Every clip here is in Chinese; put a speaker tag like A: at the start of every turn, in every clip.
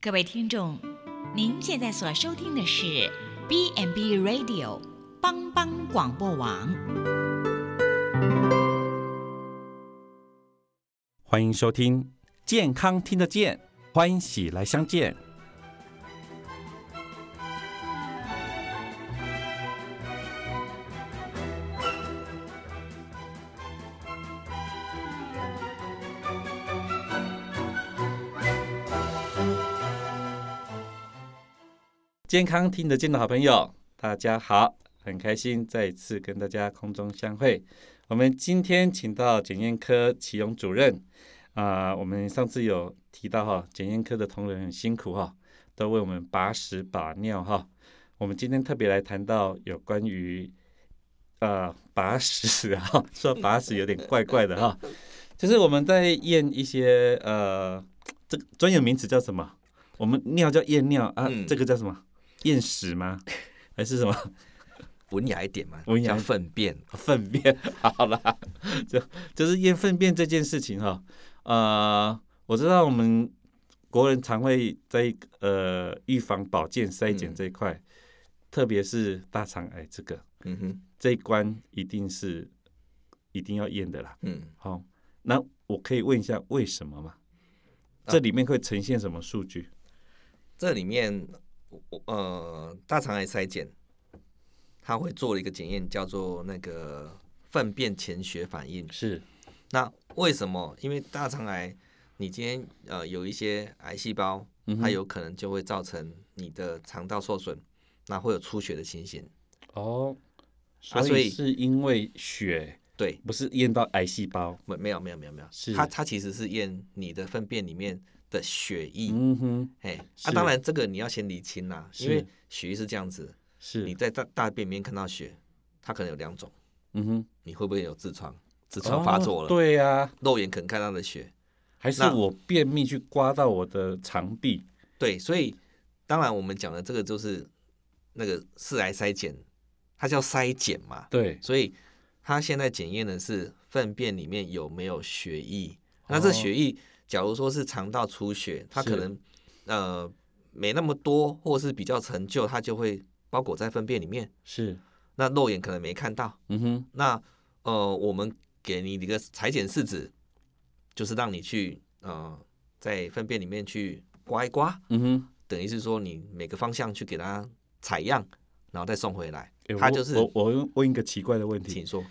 A: 各位听众，您现在所收听的是 B n B Radio 帮帮广播网。
B: 欢迎收听《健康听得见》，欢喜来相见。健康听得见的好朋友，大家好，很开心再一次跟大家空中相会。我们今天请到检验科齐勇主任，啊、我们上次有提到哈，检验科的同仁很辛苦哈，都为我们把屎把尿哈。我们今天特别来谈到有关于呃把屎哈， 说把屎有点怪怪的哈，就是我们在验一些呃这个专有名词叫什么？我们尿叫验尿啊，
C: 嗯
B: 这个叫什么？验屎吗？还是什么？
C: 文雅一点嘛，
B: 文雅
C: 叫粪便。
B: 粪便，好啦，就就是验粪便这件事情哈、呃，我知道我们国人常会在呃预防保健筛检
C: 嗯
B: 这一块，特别是大肠癌这个
C: 嗯哼，
B: 这一关，一定是一定要验的啦。
C: 嗯，
B: 好、那我可以问一下为什么吗？这里面会呈现什么数据？
C: 这里面我我呃大肠癌筛检，它会做一个检验，叫做那个粪便潜血反应。
B: 是
C: 那为什么？因为大肠癌，你今天呃有一些癌细胞
B: 嗯，哼
C: 它有可能就会造成你的肠道受损，那会有出血的情形。
B: 哦，
C: 啊
B: 所
C: 所
B: 以
C: 以
B: 是因为血，
C: 对，
B: 不是验到癌细胞。
C: 没没有没有没有没有，
B: 是
C: 它它其实是验你的粪便里面的血液。
B: 嗯哼，
C: 哎，
B: 是
C: 啊，当然这个你要先理清啦，因为
B: 是
C: 血液是这样子，
B: 是
C: 你在大大便里面看到血，它可能有两种，
B: 嗯哼。
C: 你会不会有痔疮？痔疮发作了，
B: 哦对呀、
C: 肉眼可能看到的血，
B: 还是
C: 啊那
B: 我便秘去刮到我的肠壁，
C: 对，所以当然我们讲的这个就是那个四癌筛检，它叫筛检嘛，
B: 对，
C: 所以它现在检验的是粪便里面有没有血液，那这血液假如说是肠道出血，它
B: 哦是
C: 可能呃没那么多，或是比较陈旧，它就会包裹在粪便里面。
B: 是，
C: 那肉眼可能没看到。
B: 嗯哼，
C: 那呃，我们给你一个裁剪试纸，就是让你去呃在粪便里面去刮一刮，
B: 嗯哼，
C: 等于是说你每个方向去给它采样，然后再送回来
B: 诶。
C: 它
B: 我
C: 就是，
B: 我嗯我问一个奇怪的问题
C: 请，说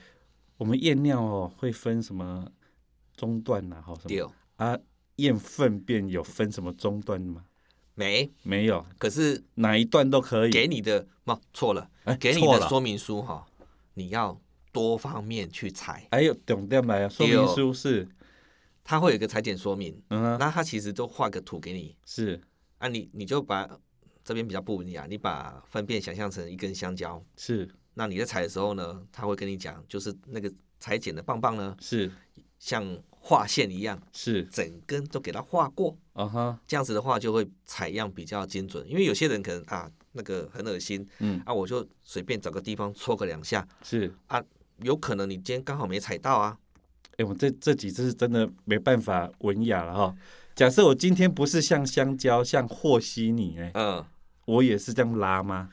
B: 我们验尿哦会分什么中段呐、啊，好什么
C: 丢
B: 啊？验粪便有分什么中段吗？
C: 没？
B: 没有，
C: 可是
B: 哪一段都可以。
C: 给你的不错了
B: 哎，
C: 给你
B: 错
C: 的
B: 了
C: 说明书哈，你要多方面去采，
B: 还有重点来啊，说明书是，
C: 它会有一个裁剪说明，
B: 嗯哼，
C: 那它其实都画个图给你，
B: 是
C: 啊你，你就把这边比较不文雅，你把粪便想象成一根香蕉，
B: 是
C: 那你在采的时候呢，他会跟你讲，就是那个裁剪的棒棒呢，
B: 是
C: 像划线一样，
B: 是，
C: 整根都给它划过，
B: 啊哈，
C: 这样子的话就会采样比较精准。因为有些人可能啊，那个很恶心，
B: 嗯，
C: 啊，我就随便找个地方戳个两下，
B: 是，
C: 有可能你今天刚好没采到啊，
B: 哎、我这这几次是真的没办法文雅了哈。假设我今天不是像香蕉，像和稀泥、哎，
C: 嗯，
B: 我也是这样拉吗？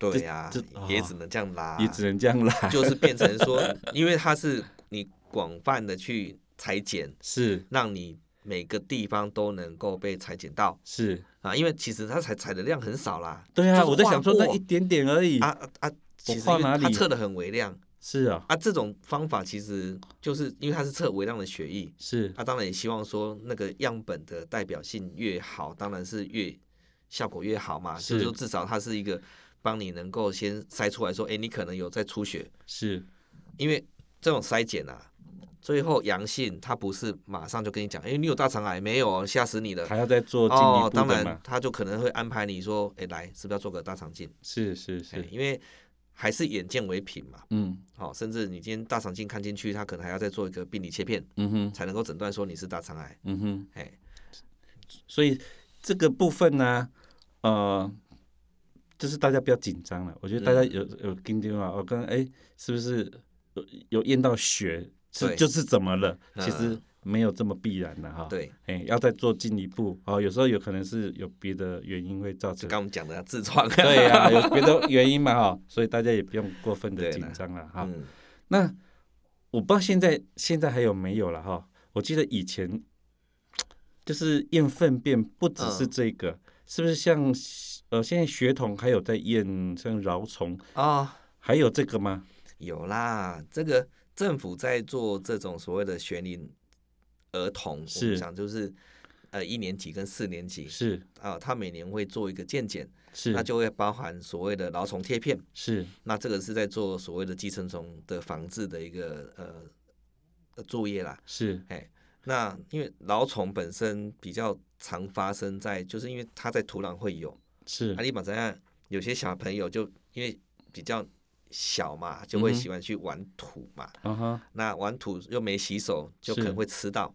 C: 对呀、
B: 这这
C: 也
B: 哦
C: 只能这样拉，
B: 也只能这样拉。
C: 啊就是变成说，因为它是你广泛的去裁剪，
B: 是
C: 让你每个地方都能够被裁剪到
B: 是，
C: 啊，因为其实它采采的量很少啦。
B: 对啊，
C: 就是
B: 我在想说
C: 划
B: 那
C: 过
B: 一点点而已。
C: 啊啊啊！其实
B: 画
C: 因为
B: 哪里
C: 它测的很微量
B: 是啊、
C: 啊，这种方法其实就是因为它是测微量的血液，
B: 是
C: 啊，当然也希望说那个样本的代表性越好，当然是越效果越好嘛。
B: 是
C: 就是说至少它是一个帮你能够先筛出来说，哎，你可能有在出血，
B: 是
C: 因为这种筛检啊，最后阳性，它不是马上就跟你讲，哎，你有大肠癌没有哦？吓死你了！
B: 还要再做进
C: 哦，
B: 一
C: 当
B: 步的嘛？
C: 然，他就可能会安排你说，哎、来，是不是要做个大肠镜？
B: 是是
C: 哎
B: 是，
C: 因为还是眼见为凭嘛。
B: 嗯
C: 好、甚至你今天大肠镜看进去，他可能还要再做一个病理切片，
B: 嗯哼
C: 才能够诊断说你是大肠癌。
B: 嗯哼，
C: 哎、
B: 所以这个部分呢、呃，就是大家不要紧张了。我觉得大
C: 嗯
B: 家有、有跟丢啊，我刚哎，是不是有有验到血？是
C: 对
B: 就是怎么了？
C: 嗯
B: 其实没有这么必然的哈。，
C: 对，
B: 哎，要再做进一步哦，有时候有可能是有别的原因会造
C: 就
B: 成
C: 刚。我们讲的痔疮，
B: 对呀、有别的原因嘛哈，所以大家也不用过分的
C: 对
B: 紧
C: 啦
B: 张了哈。
C: 嗯，
B: 那我不知道现在现在还有没有了哈。我记得以前就是验粪便不只是
C: 嗯
B: 这个，是不是像呃现在血统还有在验像蛲虫，
C: 哦，
B: 还有这个吗？
C: 有啦，这个政府在做这种所谓的学龄儿童，我们
B: 是
C: 讲就是呃一年级跟四年级
B: 是
C: 啊、他每年会做一个健检，
B: 是，
C: 那就会包含所谓的蛲虫贴片，
B: 是
C: 那这个是在做所谓的寄生虫的防治的一个呃呃作业啦。
B: 是
C: 那因为蛲虫本身比较常发生在，就是因为它在土壤会有，啊
B: 是
C: 阿里玛怎样？有些小朋友就因为比较小嘛，就会
B: 嗯哼
C: 喜欢去玩土嘛。
B: 啊哈
C: 那玩土又没洗手，就可
B: 是
C: 能会吃到，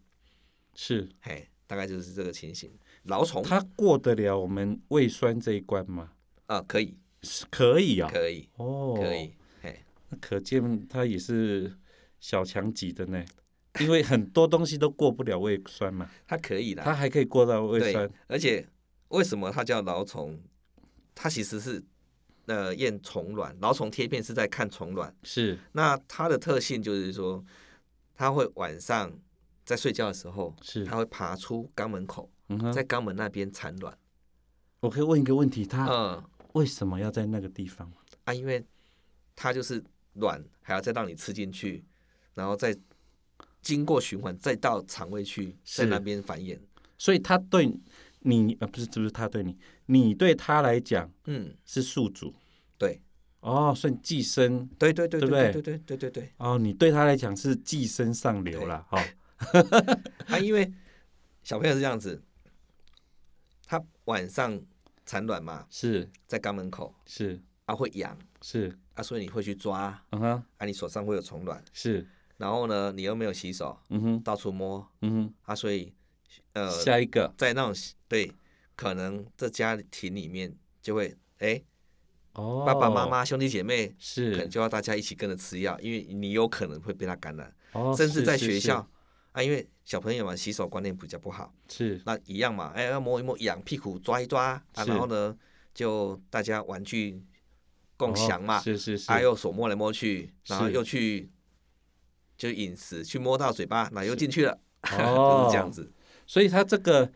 B: 是，
C: 嘿，大概就是这个情形。老虫
B: 它过得了我们胃酸这一关吗？
C: 啊，可以，
B: 是可以啊、
C: 可以，
B: 哦，
C: 可以，嘿，
B: 那可见它也是小强级的呢，因为很多东西都过不了胃酸 嘛，
C: 它可以
B: 它
C: 啦。
B: 还可以过到胃酸
C: 对，而且为什么它叫老虫？它其实是呃验虫卵，老虫贴片是在看虫卵。
B: 是
C: 那它的特性就是说，它会晚上在睡觉的时候，
B: 是
C: 它，会爬出肛门口。
B: 嗯哼，
C: 在肛门那边产卵。
B: 我可以问一个问题，它
C: 嗯
B: 为什么要在那个地方吗？
C: 啊，因为它就是卵，还要再让你吃进去，然后再经过循环，再到肠胃去，
B: 是
C: 在那边繁衍。
B: 所以它对你呃不是不是它对你，你对它来讲
C: 嗯，
B: 是宿主
C: 对，
B: 哦，算寄生
C: 对对对
B: 对不对
C: 对对对对对对。
B: 哦，你对它来讲是寄生上流啦，哦，
C: 啊，因为小朋友是这样子，他晚上产卵嘛，
B: 是
C: 在肛门口
B: 是
C: 啊会痒
B: 是，
C: 啊，所以你会去抓
B: 嗯哼，
C: 啊，你手上会有虫卵，
B: 是，
C: 然后呢，你又没有洗手，
B: 嗯哼，
C: 到处摸
B: 嗯
C: 啊，所以呃
B: 哼，下一个
C: 在那种对，可能这家庭里面就会哎、
B: 哦，
C: 爸爸妈妈、兄弟姐妹可能
B: 是
C: 就要大家一起跟着吃药，因为你有可能会被他感染，
B: 哦，
C: 甚至
B: 是
C: 在
B: 是
C: 学
B: 是
C: 校啊，因为小朋友嘛，洗手观念比较不好，
B: 是
C: 那一样嘛，哎、要摸一摸，痒屁股抓一抓啊，
B: 是
C: 然后呢，就大家玩具共享嘛，
B: 哦是是是，
C: 啊，又手摸来摸去，然后
B: 是
C: 又去就饮食去摸到嘴巴，那又进去了，
B: 哦
C: 就是这样子，
B: 所以他这个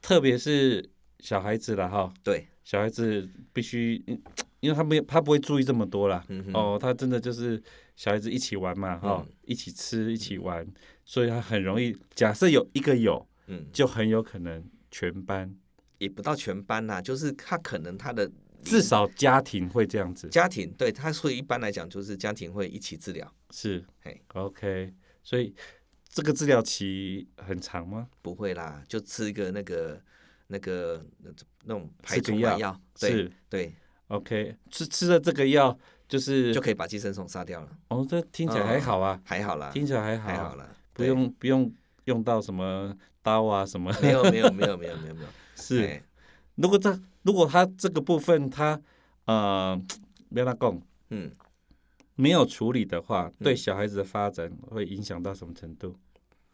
B: 特别是小孩子了哈，
C: 对，
B: 小孩子必须，嗯因为他没有他不会注意这么多啦。
C: 嗯哼，
B: 哦，他真的就是小孩子一起玩嘛，哈、
C: 嗯
B: 一起吃，一起玩，所以他很容易。假设有一个有，
C: 嗯。
B: 就很有可能全班，
C: 也不到全班啦，就是他可能他的
B: 至少家庭会这样子。
C: 家庭对他，所以一般来讲就是家庭会一起治疗，
B: 是
C: 嘿
B: ，OK，所以这个治疗期很长吗？
C: 不会啦，就吃一个那个那个那那种排
B: 吃个
C: 虫
B: 药
C: 的药，对
B: 是
C: 对，
B: ，OK，吃吃了这个药就是
C: 就可以把寄生虫杀掉了，
B: 哦，这听起来还好啊，
C: 还好啦，
B: 听起来还好，
C: 还好啦，
B: 不
C: 对，
B: 用不用用到什么刀啊什么。
C: 没有没有没有没有没有没有，
B: 是，
C: 哎
B: 如果这如果他这个部分他呃，不要他讲
C: 嗯，
B: 没有处理的话，对小孩子的发展会影响到什么程度？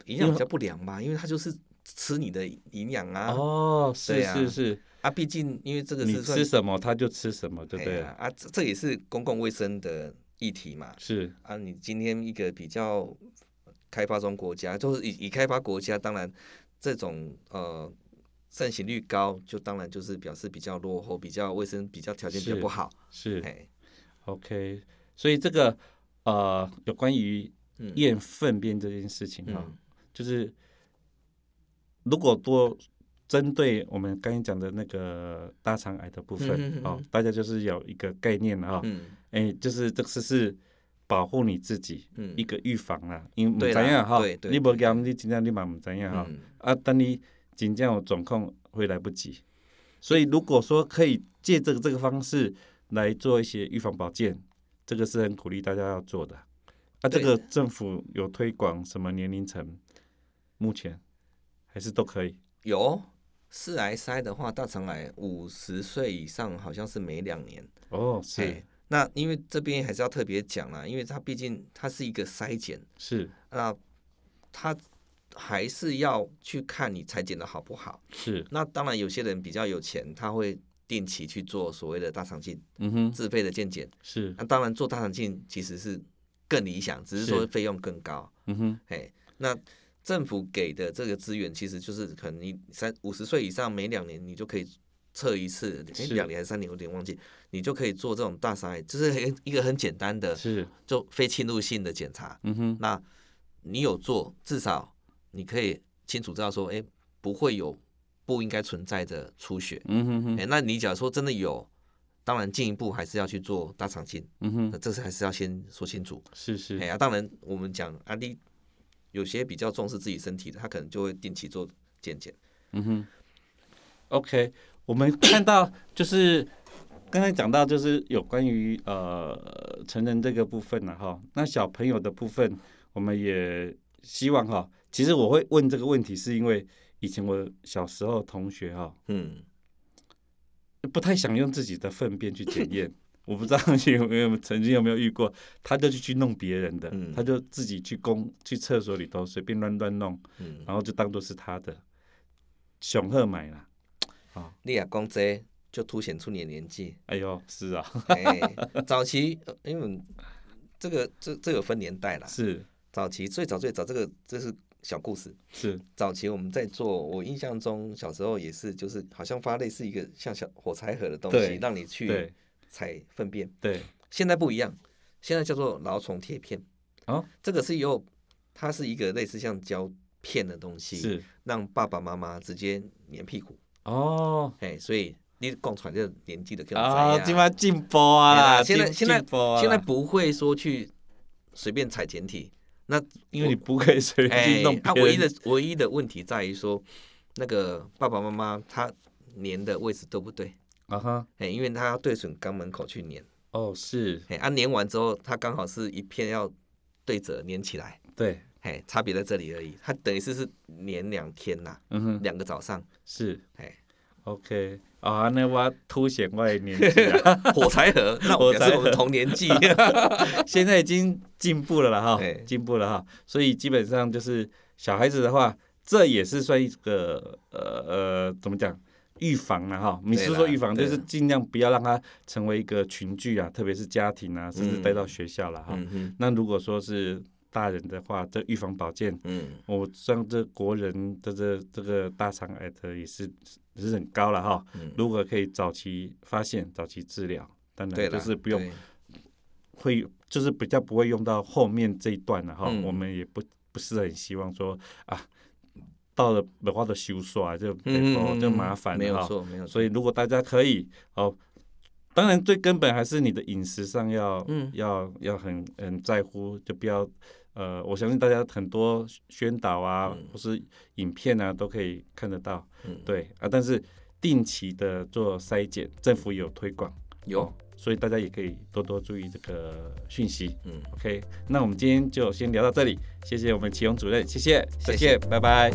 C: 营养比较不良吧，因为他就是吃你的营养啊，
B: 哦，是
C: 对啊
B: 是是，
C: 啊，毕竟因为这个
B: 你
C: 是算
B: 吃什么他就吃什么，对不
C: 哎
B: 对？
C: 呀啊，这这也是公共卫生的议题嘛，
B: 是
C: 啊，你今天一个比较开发中国家，就是已已开发国家，当然这种呃盛行率高，就当然就是表示比较落后，比较卫生比较条件比较
B: 是
C: 不好。
B: 是
C: 哎，
B: ，OK。所以这个呃，有关于
C: 嗯
B: 验粪便这件事情啊、
C: 嗯
B: 就是如果多针对我们刚才讲的那个大肠癌的部分、
C: 嗯哼嗯哼
B: 哦，大家就是有一个概念了哈、哦，
C: 嗯
B: 哎、就是这次是保护你自己、
C: 嗯
B: 一个预防啦，因为不
C: 对
B: 知
C: 啦
B: 样哈
C: 对，对
B: 你
C: 对
B: 不讲你真正你嘛不知样哈、
C: 嗯
B: 啊，等你真正有状况会来不及，所以如果说可以借这个这个方式来做一些预防保健，这个是很鼓励大家要做的。啊，这
C: 对
B: 个政府有推广什么年龄层？目前还是都可以。
C: 有四癌筛的话，大肠癌五十岁以上好像是每两年。
B: 哦，
C: 哎
B: 是
C: 那因为这边还是要特别讲啦，因为它毕竟它是一个筛检，
B: 是
C: 那它还是要去看你裁剪的好不好。
B: 是，
C: 那当然，有些人比较有钱，他会定期去做所谓的大肠镜
B: 嗯哼，
C: 自费的健检。
B: 是，
C: 那当然，做大肠镜其实是更理想，只是说
B: 是
C: 费用更高。
B: 嗯哼，
C: 嘿，那政府给的这个资源，其实就是可能你三五十岁以上，每两年你就可以测一次，哎，
B: 是
C: 两年还是三年，我有点忘记，你就可以做这种大肠癌，就是很一个很简单的，
B: 是，
C: 就非侵入性的检查。
B: 嗯哼，
C: 那你有做，至少你可以清楚知道说，哎，不会有不应该存在的出血。
B: 嗯哼
C: 哎，
B: 哼，
C: 那你假如说真的有，当然进一步还是要去做大肠镜，
B: 嗯
C: 那
B: 哼，
C: 这是还是要先说清楚。
B: 是是
C: 哎，呀、当然我们讲阿弟有些比较重视自己身体的，他可能就会定期做健检。
B: 嗯哼，OK，我们看到就是 刚才讲到就是有关于呃成人这个部分了哈，那小朋友的部分，我们也希望哈，其实我会问这个问题是因为以前我小时候同学哈，
C: 嗯，
B: 不太想用自己的粪便去检验。 我不知道你有没有曾经有没有遇过，他就去去弄别人的，
C: 嗯
B: 他就自己去公去厕所里头随便乱乱弄，
C: 嗯，
B: 然后就当做是他的，雄鹤买啦。
C: 你也讲这就凸显出你的年纪。
B: 哎呦，是 啊，
C: 哎，早期呃因为我们这个这这有分年代啦，
B: 是
C: 早期最早最早这个这是小故事。
B: 是，
C: 早期我们在做，我印象中小时候也是，就是好像发类似一个像小火柴盒的东
B: 对
C: 西，让你去
B: 对
C: 采粪便。
B: 对，
C: 现在不一样，现在叫做蛲虫贴片。
B: 哦，
C: 这个是由它是一个类似像胶片的东西，
B: 是
C: 让爸爸妈妈直接粘屁股，
B: 哦
C: 哎，所以你讲出来这个年纪的更
B: 啊，今晚进播啊啦，
C: 哎现在
B: 进
C: 现在
B: 进播啊啦
C: 现在不会说去随便踩简体，那
B: 因为你不可以随便
C: 哎
B: 去弄，
C: 它、
B: 别
C: 唯一
B: 人
C: 的唯一的问题在于说，那个爸爸妈妈他粘的位置对不对？
B: 啊哈，
C: 哎，因为他要对准肛门口去粘，
B: 哦是，
C: 哎，啊粘完之后，它刚好是一片要对折粘起来，
B: 对，
C: 哎，差别在这里而已。它等于是是粘两天呐、
B: 嗯哼，
C: 两个早上，
B: 是
C: 哎，
B: OK 啊，那我凸显我的年纪啊，
C: 火 柴盒，那我表示我们同年纪，
B: 现在已经进步了啦哈
C: 对，
B: 进步了哈，所以基本上就是小孩子的话，这也是算一个呃呃怎么讲？预防了哈，你
C: 对
B: 是
C: 啦
B: 说预防，
C: 对
B: 就是尽量不要让它成为一个群聚啊，特别是家庭啊，甚至带到学校了哈。
C: 嗯哼，
B: 那如果说是大人的话，这预防保健，
C: 嗯，
B: 我像这国人的这这个大肠癌的也是也是很高了哈。
C: 嗯
B: 如果可以早期发现、早期治疗，当
C: 对
B: 然
C: 啦
B: 就是不用
C: 对
B: 会，就是比较不会用到后面这一段了哈。
C: 嗯
B: 我们也不不是很希望说啊，到了的话都修刷就、
C: 嗯
B: 哦
C: 嗯，
B: 就麻烦
C: 没
B: 了
C: 有
B: 哈。
C: 错，没有错，
B: 所以如果大家可以哦，当然最根本还是你的饮食上要、
C: 嗯
B: 要要很很在乎，就不要。呃，我相信大家很多宣导啊，
C: 嗯
B: 或是影片啊，都可以看得到。
C: 嗯，
B: 对啊，但是定期的做筛检，政府有推广，
C: 有
B: 哦，所以大家也可以多多注意这个讯息。
C: 嗯。
B: OK，那我们今天就先聊到这里，谢谢我们祁勇主任，谢谢，再
C: 谢谢
B: 见，拜拜。